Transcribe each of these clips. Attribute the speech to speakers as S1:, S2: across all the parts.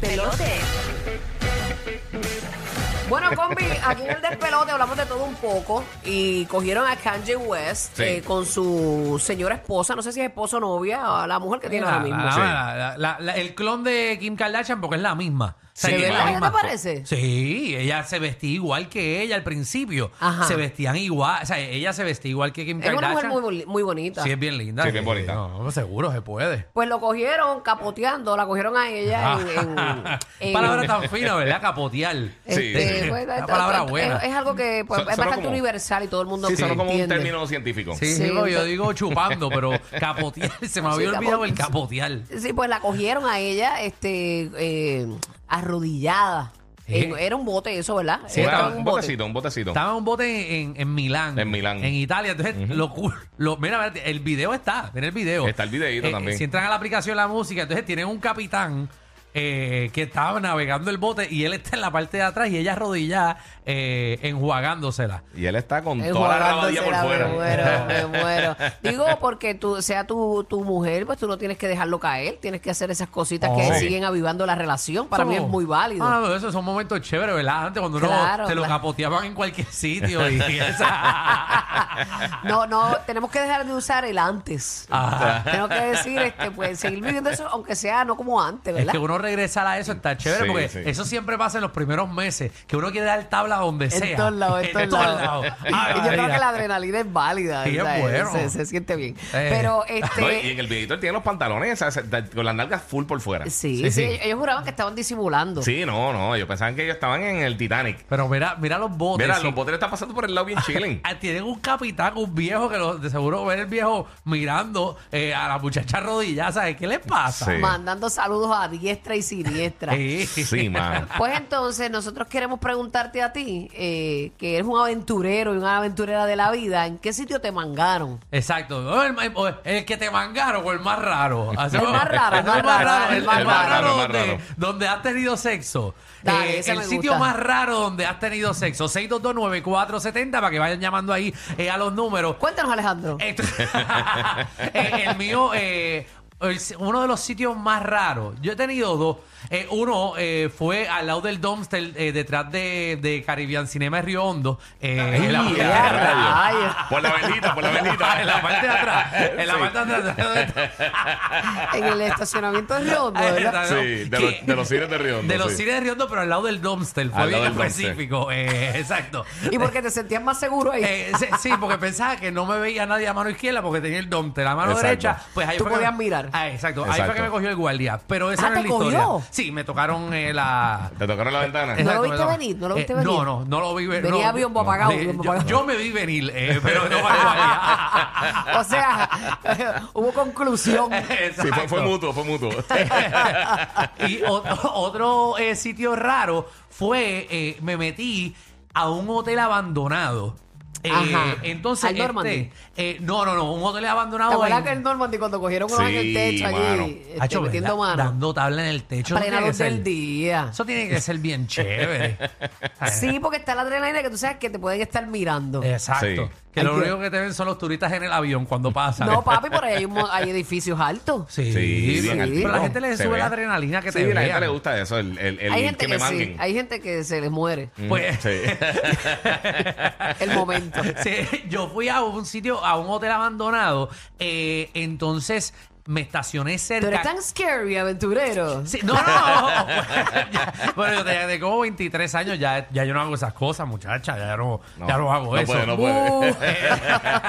S1: despelote. Bueno, combi, aquí en el despelote hablamos de todo un poco y cogieron a Kanye West
S2: Sí.
S1: eh, con su señora esposa, no sé si es esposa o novia, a la mujer que tiene
S3: La-
S1: ahora mismo.
S3: Ah, la-
S2: Sí.
S3: la- la- la- el clon de Kim Kardashian porque es la misma. O sea,
S2: Sí,
S3: que es la
S2: ¿verdad?
S1: Ah, ¿No
S3: misma.
S1: te parece?
S3: Sí, ella se vestía igual que ella al principio.
S1: Ajá.
S3: Se vestían igual, o sea, ella se vestía igual que Kim
S1: Es una mujer
S3: Kardashian.
S1: muy, boli- muy bonita.
S3: sí, es bien linda.
S2: Sí, bien bonita.
S3: No, seguro se puede. Ah.
S1: Pues lo cogieron capoteando, la cogieron a ella en... en- en-
S3: palabra tan fina, ¿verdad? Capotear.
S1: este,
S2: Ah. Sí.
S1: pues,
S3: Una
S1: es-
S3: palabra
S1: es-
S3: buena.
S1: Es, algo que pues,
S2: Son-
S1: es
S2: sonó
S1: bastante
S2: como-
S1: universal y todo el mundo
S2: Sí, solo como un
S1: entiende.
S2: término científico.
S3: Sí,
S1: Sí,
S3: digo, yo
S1: entonces-
S3: digo chupando, pero capotear, se me había
S1: Sí,
S3: olvidado
S1: capote-
S3: el capotear.
S1: Sí, pues la cogieron a ella este, eh, arrodillada.
S3: Sí.
S1: En- era un bote eso, ¿verdad?
S3: Sí,
S1: Era
S3: estaba-
S2: Una-
S1: un
S2: un
S1: bote.
S2: botecito, un botecito.
S3: Estaba en un bote en, en Milán.
S2: En Milán.
S3: En Italia. Entonces, lo, cool- lo- mira, mira, el video está. Mira el video. Eh,
S2: Está el videíto también.
S3: Si entran a la aplicación la música, entonces tienen un capitán eh, que estaba navegando el bote y él está en la parte de atrás y ella arrodillada eh, enjuagándosela.
S2: Y él está con
S1: El
S2: toda la
S1: jugador
S2: grabadilla por
S1: será,
S2: fuera.
S1: Me muero, me muero. Digo, porque tú, sea tu, tu mujer, pues tú no tienes que dejarlo caer. Tienes que hacer esas cositas que
S3: Oh.
S1: siguen avivando la relación. Para mí es
S3: Eso-
S1: muy válido.
S3: Ah, no, esos son momentos chéveres, ¿verdad? Antes cuando uno
S1: Claro,
S3: se lo
S1: claro.
S3: capoteaban en cualquier sitio y esa-
S1: No, no, tenemos que dejar de usar el antes.
S3: Ah.
S1: Tengo que decir, este, pues, seguir viviendo eso, aunque sea no como antes,
S3: Es
S1: ¿verdad?
S3: que uno regresar a eso está chévere
S2: Sí,
S3: porque
S2: sí.
S3: eso siempre pasa en los primeros meses, que uno quiere dar tabla donde sea.
S1: En todos lados, en todos lados. Y
S3: Ay,
S1: yo creo
S3: María.
S1: que la adrenalina es válida.
S3: Sí,
S1: o sea,
S3: es bueno.
S1: se, se siente bien.
S3: Eh.
S1: Pero
S2: No, y en
S1: este.
S2: el videito él tiene los pantalones o sea, se- con las nalgas full por fuera.
S1: Sí, sí,
S3: Sí, sí.
S1: ellos juraban que estaban disimulando.
S2: Sí, no, no. Ellos pensaban que ellos estaban en el Titanic.
S3: Pero mira, mira los botes.
S2: Mira,
S3: sí.
S2: los botes están pasando por el lado bien chilling.
S3: Ah, Tienen un capitán, un viejo que lo- de seguro ver el viejo mirando eh, a la muchacha arrodillada, ¿sabes qué le pasa?
S2: Sí.
S1: Mandando saludos a diestra y siniestra.
S3: Sí.
S2: Sí, mano.
S1: Pues entonces nosotros queremos preguntarte a ti, eh, que eres un aventurero y una aventurera de la vida, ¿en qué sitio te mangaron?
S3: Exacto. No, El, el- el que te mangaron o el más raro. Así-
S1: El más raro, el más raro,
S3: El más raro
S2: el más
S3: donde,
S2: raro.
S3: donde has tenido sexo. Eh,
S1: Dale, ese
S3: el
S1: me
S3: sitio
S1: gusta.
S3: más raro donde has tenido sexo. 6229470 para que vayan llamando ahí eh, a los números.
S1: Cuéntanos, Alejandro.
S3: Esto- Eh, el mío, eh, el- uno de los sitios más raros. Yo he tenido dos. Eh, uno eh, fue al lado del dumpster, eh, detrás de, de Caribbean Cinema de Río Hondo. eh, en la-
S1: Ay, ay, ay.
S2: Por la velita, por la velita.
S3: en la parte de atrás. En la
S2: Sí.
S3: parte de atrás.
S1: En el estacionamiento de Riondo,
S3: Ahí
S1: ¿verdad?
S3: está,
S2: Sí,
S3: ¿no?
S2: de
S3: Que-
S2: los- de los cines de Riondo,
S3: De los
S2: sí.
S3: cines de Riondo, pero al lado del dumpster. Fue
S2: Al lado
S3: bien
S2: del dumpster.
S3: específico. eh, exacto.
S1: Y porque te sentías más seguro ahí.
S3: Eh, sí, sí, porque pensaba que no me veía nadie a mano izquierda porque tenía el dumpster. A mano
S2: Exacto.
S3: derecha, pues ahí
S1: Tú
S3: fue que-
S1: podías mirar.
S3: Ah, exacto. Ahí
S2: Exacto.
S3: fue que me cogió el guardia. Pero esa
S1: Ah,
S3: no es
S1: ¿te
S3: la historia.
S1: cogió?
S3: Sí, me tocaron eh, la.
S2: Te tocaron la ventana.
S1: No.
S3: Exacto,
S1: lo viste
S3: me tocaron.
S1: venir? ¿No lo
S3: Eh,
S1: viste venir?
S3: No, no, no lo vi venir.
S1: Venía biombo apagado,
S3: yo,
S1: biombo apagado.
S3: yo me vi venir, eh, pero no para el guardia.
S1: O sea, hubo conclusión.
S2: Sí, fue, fue
S3: Exacto.
S2: mutuo, fue mutuo.
S3: y o- otro eh, sitio raro fue, eh, me metí a un hotel abandonado. Eh,
S1: Ajá.
S3: Entonces,
S1: ¿Al
S3: este,
S1: Normandy?
S3: eh, no, no, no, un hotel
S1: ¿Te
S3: abandonado.
S1: acuerdas
S3: en-
S1: que el Normandy cuando cogieron uno en el
S2: Sí,
S1: techo
S2: mano.
S1: allí, este,
S3: Hacho,
S1: metiendo
S3: ¿verdad?
S1: mano?
S3: Dando tabla en el techo.
S1: Para
S3: eso tiene que
S1: llenarlos del
S3: ser-
S1: día.
S3: Eso tiene que ser bien chévere.
S1: Sí, porque está la adrenalina que tú sabes que te pueden estar mirando.
S3: Exacto.
S2: Sí.
S3: Que
S1: Ay,
S3: lo
S1: Dios.
S3: único que te ven son los turistas en el avión cuando pasan.
S1: No, papi, por ahí hay, un mo- hay edificios altos.
S3: Sí,
S2: Sí,
S1: bien
S3: pero- pero
S2: altico.
S3: la gente le
S2: Se
S3: sube
S2: ve.
S3: la adrenalina que
S2: Sí,
S3: te
S2: a la gente
S3: vean.
S2: le gusta eso, el, el, el
S1: hay gente
S2: que me
S1: que sí,
S2: manguen.
S1: hay gente que se les muere
S3: Pues-
S2: Sí.
S1: el momento.
S3: Sí, yo fui a un sitio, a un hotel abandonado. eh, entonces me estacioné
S1: Pero
S3: cerca.
S1: eres tan scary, aventurero.
S3: Sí, no, no, no. pues, Ya, bueno, yo tenía de como 23 años, ya, ya yo no hago esas cosas, muchacha. Ya no,
S2: No,
S3: ya no
S2: no
S3: hago eso.
S2: puede, no puede.
S3: Uh, eh,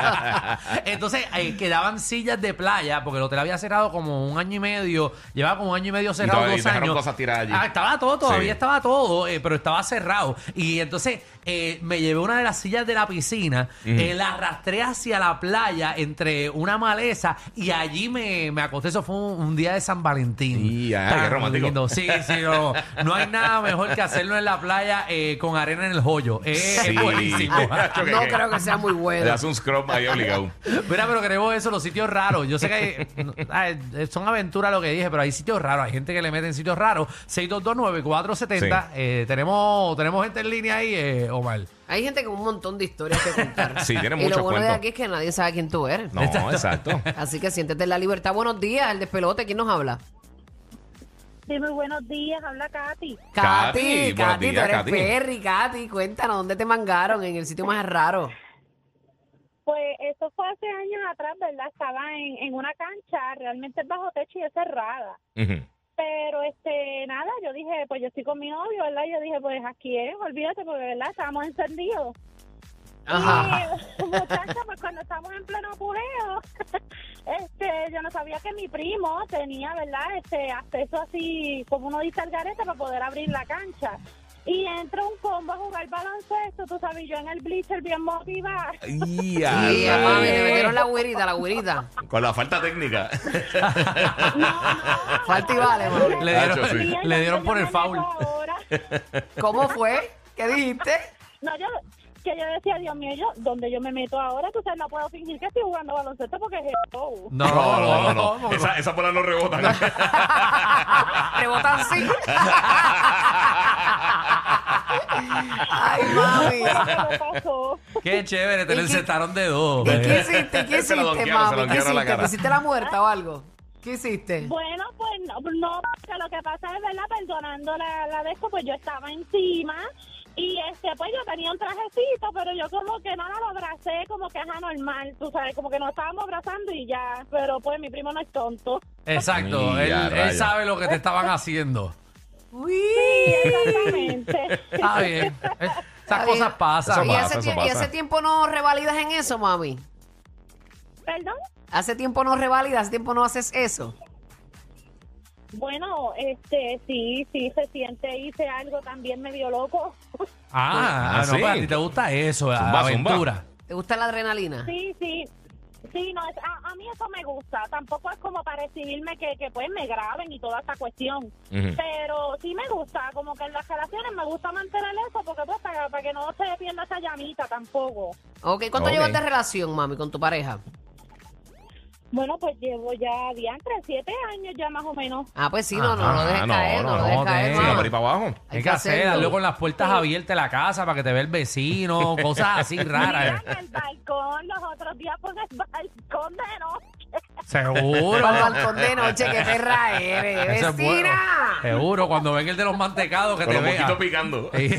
S3: Entonces, eh, quedaban sillas de playa, porque el hotel había cerrado como un año y medio. Llevaba como un año y medio cerrado,
S2: todavía- y
S3: dos
S2: dejaron
S3: años.
S2: cosas tiradas allí.
S3: Ah, estaba todo, todavía
S2: Sí.
S3: estaba todo, eh, pero estaba cerrado. Y entonces eh, me llevé una de las sillas de la piscina, eh, la arrastré hacia la playa entre una maleza y allí me, me acosté. Eso fue un, un día de San Valentín.
S2: Y, ah, qué
S3: Tan
S2: romántico.
S3: lindo. Sí, sí, no, no hay nada mejor que hacerlo en la playa eh, con arena en el joyo. Eh,
S2: Sí.
S3: Es buenísimo.
S2: Ok,
S1: no
S2: ok.
S1: creo que sea muy
S2: Le
S1: bueno.
S2: das un scrub ahí obligado.
S3: Mira, pero queremos eso, los sitios raros. Yo sé que hay- no, ay, son aventuras lo que dije, pero hay sitios raros. Hay gente que le mete en sitios raros. 6229470.
S2: Sí.
S3: Eh, tenemos, tenemos gente en línea ahí, eh, Omar.
S1: Hay gente con un montón de historias que contar.
S2: Sí, tiene
S1: Y
S2: muchos
S1: lo bueno de
S2: cuentos.
S1: aquí es que nadie sabe quién tú eres.
S2: No, exacto.
S1: Así que siéntete en la libertad. Buenos días, el despelote. ¿Quién nos habla?
S4: Sí, muy buenos días, habla Katy.
S1: Katy,
S2: Katy, buenos
S1: Katy, tú
S2: días,
S1: eres
S2: Katy.
S1: Perry, Katy. Cuéntanos, ¿dónde te mangaron? En el sitio más raro.
S4: Pues eso fue hace años atrás, ¿verdad? Estaba en, en una cancha, realmente es bajo techo y es cerrada.
S2: Ujú.
S4: Pero, este, nada, yo dije, pues yo estoy con mi novio, ¿verdad? Yo dije, pues aquí es, olvídate, porque, ¿verdad? Estábamos encendidos.
S1: Ajá.
S4: Y, muchacha, pues cuando estamos en pleno apogeo, este, yo no sabía que mi primo tenía, ¿verdad? Este acceso así, como uno dice al garete, para poder abrir la cancha. Y entra un combo a jugar baloncesto, tú sabes, y yo en el bleacher bien motivada.
S2: Y a
S1: Y a mami,
S2: rayos.
S1: le metieron la güerita, la güerita.
S2: Con la falta técnica.
S1: Falta y vale, mami.
S3: Le
S2: Nacho,
S3: dieron,
S2: sí.
S3: le dieron por el foul.
S4: Ahora.
S1: ¿Cómo fue? ¿Qué dijiste?
S4: No, yo, que yo decía, Dios mío, yo, donde yo me meto ahora, tú sabes, no puedo fingir que estoy jugando baloncesto porque es el show.
S3: No, no, no, no, no.
S2: Esa, esas bolas no rebotan.
S1: Rebotan sí. Ay, mami.
S4: Pero pasó.
S3: Qué chévere, te
S1: ¿Y
S3: lo
S1: qué-
S3: encestaron de dos.
S1: ¿Y qué
S3: eh.
S1: hiciste? ¿Qué
S2: Se lo
S1: hiciste,
S2: donkearon, se lo
S1: mami? ¿Qué
S2: donkearon la
S1: hiciste? ¿Te
S2: cara.
S1: hiciste la muerta o algo? ¿Qué hiciste?
S4: Bueno, pues no, no, porque lo que pasa es, ¿verdad? Perdonando la, la de esto, pues yo estaba encima y este, pues yo tenía un trajecito, pero yo como que no no, lo abracé, como que es anormal, tú sabes, como que nos estábamos abrazando y ya, pero pues mi primo no es tonto.
S3: Exacto,
S2: Y
S3: él,
S2: a
S3: él
S2: rayos.
S3: sabe lo que te estaban haciendo.
S1: Uy.
S4: Exactamente.
S3: Está bien. eh, Esas
S1: Está
S3: cosas
S1: bien.
S3: pasan.
S1: ¿Y
S2: Eso
S1: hace,
S2: pasa, eso
S1: tie- y
S2: pasa.
S1: hace tiempo no revalidas en eso, mami?
S4: ¿Perdón?
S1: ¿Hace tiempo no revalidas? ¿Hace tiempo no haces eso?
S4: Bueno, este, sí, sí, se siente, hice algo también medio loco.
S3: Ah,
S2: Ah,
S3: no,
S2: sí.
S3: pero a ti te gusta eso, la
S2: Zumba, zumba.
S3: aventura.
S1: ¿Te gusta la adrenalina?
S4: Sí, sí. Sí, no, es- a, a mí eso me gusta. Tampoco es como para recibirme que, que pues me graben y toda esta cuestión.
S2: Ujú.
S4: Pero sí me gusta, como que en las relaciones me gusta mantener eso porque pues para, para que no se pierda esa llamita tampoco.
S1: Ok, ¿cuánto
S2: Ok.
S1: llevas de relación, mami, con tu pareja?
S4: Bueno, pues llevo ya diantre, siete años ya más o menos.
S1: Ah, pues sí, no, no, no
S3: Ajá,
S1: lo dejes
S2: no,
S1: caer, no,
S2: no,
S1: lo dejes
S3: no,
S1: caer,
S3: ten-
S2: Sí,
S1: mami.
S2: pero y para abajo.
S1: Hay
S3: Hay
S1: que
S3: que hacer,
S1: hacerlo.
S3: hazlo con las puertas abiertas de la casa para que te vea el vecino, cosas así
S4: Mira,
S3: raras.
S4: en el balcón, los otros días por el balcón de noche.
S3: Seguro.
S1: Para el balcón de noche, qué perra eres,
S3: Eso es bueno.
S1: vecina.
S3: Seguro, cuando venga el de los mantecados que
S2: Con
S3: te
S2: los
S3: vea.
S2: mosquitos picando.
S3: Sí.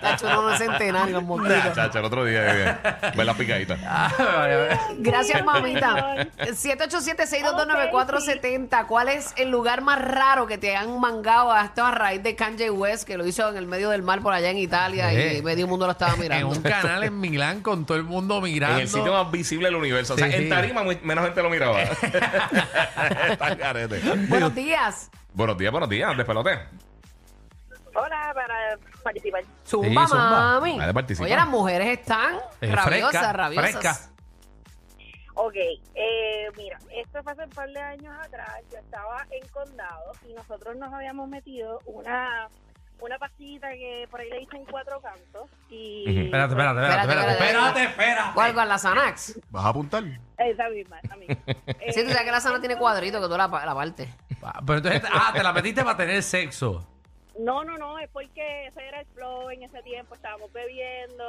S1: Tacho, no, no es centenario, los mosquitos.
S2: Chacha, el otro día eh, ve la picadita.
S3: Ah,
S1: Gracias, mamita.
S4: Señor.
S1: 787-622-9470. ¿Cuál es el lugar más raro que te han mangado hasta a raíz de Kanye West, que lo hizo en el medio del mar por allá en Italia
S3: Eh.
S1: y medio mundo lo estaba
S3: En
S1: mirando?
S3: un canal en Milán con todo el mundo mirando.
S2: En el sitio más visible del universo. O sea,
S3: Sí, sí.
S2: en tarima muy- menos gente lo miraba. Está carete.
S1: Buenos días.
S2: Buenos días, buenos días. Despelote.
S4: Hola, para participar.
S1: Zumba,
S3: Sí, zumba.
S1: mami.
S2: Dale, participa.
S1: Oye, las mujeres están
S3: Eh,
S1: rabiosas,
S3: fresca,
S1: rabiosas.
S3: fresca.
S4: Ok, eh, mira, esto fue hace un par de años atrás, yo estaba en condado y nosotros nos habíamos metido una una pastillita que por ahí le dicen cuatro cantos y... pues,
S2: Ujú.
S3: Espérate, espérate,
S1: Espérate,
S3: espérate, espérate,
S1: espérate,
S3: espérate, espérate.
S1: ¿Cuál con la Xanax?
S5: ¿Vas a apuntar?
S4: Esa misma, a mí. Eh,
S1: Sí, tú sabes que la Xanax tiene cuadrito que tú la, la partes.
S3: Ah, Pero entonces, ah, te la metiste para tener sexo.
S4: No, no, no, es porque ese era el flow en ese tiempo, estábamos bebiendo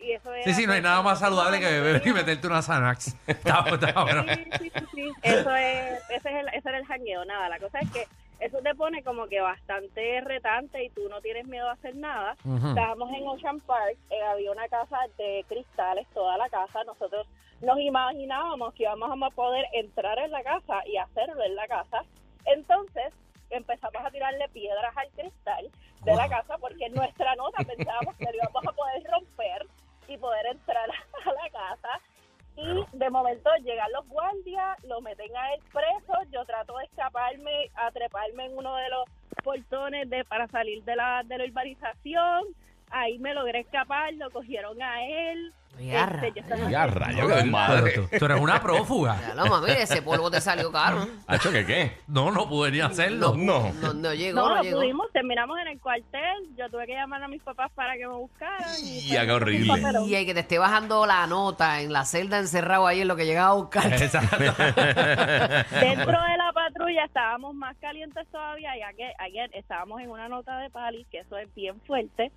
S4: y eso era... pues,
S3: Sí, sí, no hay nada más saludable que beber y meterte una Xanax. Está- está bueno.
S4: Sí, sí, sí, sí, eso es, ese, es el, ese era el jangueo, nada, la cosa es que eso te pone como que bastante retante y tú no tienes miedo a hacer nada.
S3: Ujú.
S4: Estábamos en Ocean Park, eh, había una casa de cristales, toda la casa. Nosotros nos imaginábamos que íbamos a poder entrar en la casa y hacerlo en la casa. Entonces empezamos a tirarle piedras al cristal de la casa porque en nuestra nota pensábamos que lo íbamos a poder romper y poder entrar a la casa. Y de momento llegan los guardias, lo meten a él preso, yo trato de escaparme, a treparme en uno de los portones de, para salir de la, de la urbanización, ahí me logré escapar, lo cogieron a él.
S1: Ya,
S4: Este, yo estaba-
S2: Ya, rayo, qué madre.
S3: Pero tú, tú eres una prófuga.
S1: Ya, lo, mami, ese polvo te salió caro.
S2: ¿Hacho que qué?
S3: No, no podría hacerlo.
S2: No.
S1: No, no llegó,
S4: No,
S1: no,
S4: no
S1: llegó.
S4: pudimos, terminamos en el cuartel, yo tuve que llamar a mis papás para que me buscaran. y
S2: Ya,
S4: fue
S2: qué horrible.
S4: un papelón.
S1: Y el que te esté bajando la nota en la celda encerrado ahí en lo que llegaba a buscar.
S3: Eh. Exacto.
S4: Dentro de la patrulla estábamos más calientes todavía, ya que ayer estábamos en una nota de pali, que eso es bien fuerte.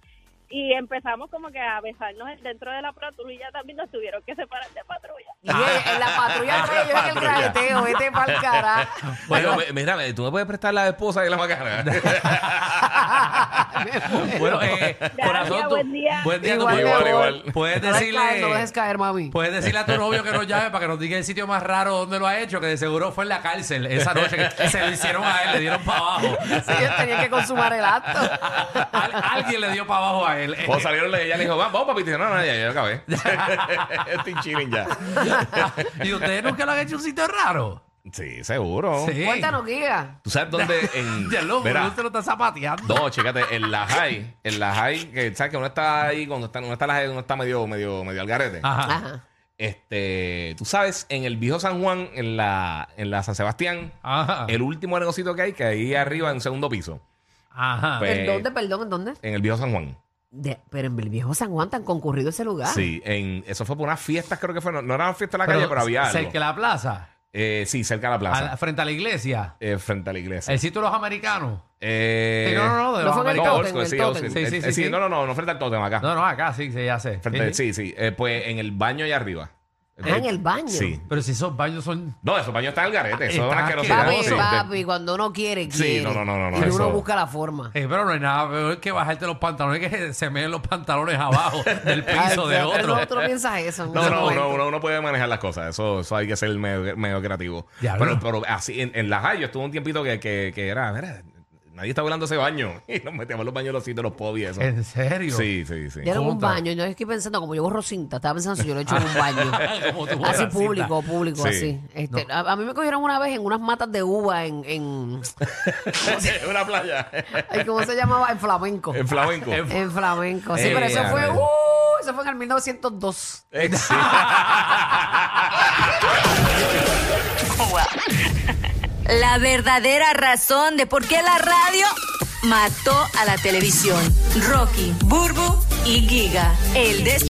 S4: y empezamos como que a besarnos dentro de la patrulla también nos tuvieron que separar de patrulla.
S1: Y él, en la patrulla de ellos en el
S2: Patrulla.
S1: carreteo, vete pa'l cara.
S2: Bueno, mira, tú me puedes prestar la esposa de la macana.
S3: Bueno, eh,
S4: Gracias,
S3: corazón, tú-
S4: buen día.
S3: Buen día, tú
S1: Igual,
S3: puedes-
S2: mi amor.
S3: puedes- Puedes
S1: No dejes caer, no
S3: decirle. Pues,
S1: dejes caer, mami.
S3: Puedes decirle a tu novio que nos llame para que nos diga el sitio más raro donde lo ha hecho, que de seguro fue en la cárcel esa noche que se lo hicieron a él, le dieron para abajo.
S1: Sí, ellos tenían que consumar el acto.
S3: Al- alguien le dio para abajo a él.
S2: Cuando salieron, ella le dijo, vamos, vamos, papi. Y dijo, no, no, ya, ya acabé. Estoy chilling ya.
S3: ¿Y ustedes nunca lo han hecho un sitio raro?
S2: Sí, seguro.
S3: Sí.
S1: Cuéntanos, guía.
S2: ¿Tú sabes dónde? En,
S3: Ya lo,
S2: Verá,
S3: usted lo está zapateando.
S2: No, chécate, en la high, en la high, que sabes que uno está ahí, cuando está, uno está en la high, uno está medio, medio, medio al garete.
S3: Ajá.
S1: Ajá.
S2: Este, tú sabes, en el viejo San Juan, en la, en la San Sebastián,
S3: Ajá.
S2: el último negocito que hay, que ahí arriba en un segundo piso,
S3: Ajá.
S2: Pues-
S1: ¿En dónde, perdón, en dónde?
S2: en el viejo San Juan.
S1: De- pero en el viejo San Juan tan concurrido ese lugar.
S2: Sí, en, eso fue por unas fiestas, creo que fue, no, no eran fiestas en la
S3: Pero
S2: calle, pero había algo.
S3: Cerca de la plaza,
S2: Eh, sí, cerca de la
S3: a
S2: plaza,
S3: la- frente a la iglesia,
S2: eh, frente a la iglesia.
S3: el sitio de los americanos.
S2: Eh,
S3: Sí, no, no, no, de
S1: no fue en el
S3: los
S2: no,
S3: americanos.
S1: Tótem,
S2: Old School,
S1: el
S2: sí,
S1: Tótem.
S2: Old School.
S3: Sí, sí,
S2: Eh, sí,
S3: sí, sí.
S2: no, no, no, no frente al tótem acá.
S3: No, no, acá sí, sí, ya sé.
S2: Frente-
S3: Sí.
S2: sí, sí, eh, pues en el baño allá arriba.
S1: Ah, en el baño.
S2: Sí.
S3: Pero si esos baños son
S2: No, esos baños están al garete. Eso es
S3: Está
S2: una asquerosidad.
S1: Papi,
S3: Sí,
S2: Sí,
S1: papi, cuando uno quiere,
S2: Sí,
S1: quiere.
S2: no, no, no, no, no,
S1: Y uno
S2: eso-
S1: busca la forma.
S3: Eh, pero no hay nada peor que bajarte los pantalones que se meen los pantalones abajo del piso
S1: Ay,
S3: de
S1: pero
S3: otro.
S1: no, Ah, tú no piensas eso. en
S2: No,
S1: ese
S2: no,
S1: momento.
S2: uno, uno- uno puede manejar las cosas. Eso, eso hay que ser medio, medio creativo.
S3: Diablo.
S2: Pero, pero así, en, en la high, yo estuve un tiempito que, que, que era, mira, nadie está volando ese baño. Y nos metíamos en los baños de los sitios, los pubs y eso.
S3: ¿En serio?
S2: Sí, sí, sí.
S1: Yo era en un
S3: Contra.
S1: baño, yo estoy pensando, como yo borro cinta, estaba pensando si yo lo he hecho en un baño.
S3: Como tú
S1: Así
S3: borras
S1: público, público,
S2: Sí.
S1: así. Este, a, a mí me cogieron una vez en unas matas de uva en, en
S2: una playa.
S1: ay, ¿cómo se llamaba? En flamenco.
S2: en flamenco.
S3: En-
S1: En flamenco. Sí,
S2: Eh,
S1: pero eso
S2: a
S1: fue,
S2: ver.
S1: uh, eso fue en el 1902.
S2: Eh, sí.
S5: La verdadera razón de por qué la radio mató a la televisión. Rocky, Burbu y Giga. El des